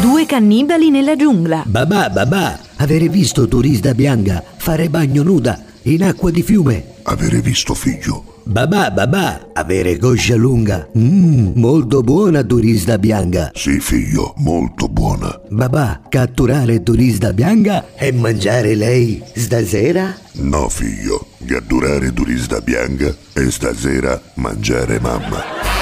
Due cannibali nella giungla. Babà, babà, avere visto turista bianca fare bagno nuda in acqua di fiume. Avere visto figlio. Babà, babà, avere coscia lunga. Mmm, molto buona turista bianca. Sì, figlio, molto buona. Babà, catturare turista bianca e mangiare lei stasera? No, figlio, catturare turista bianca e stasera mangiare mamma.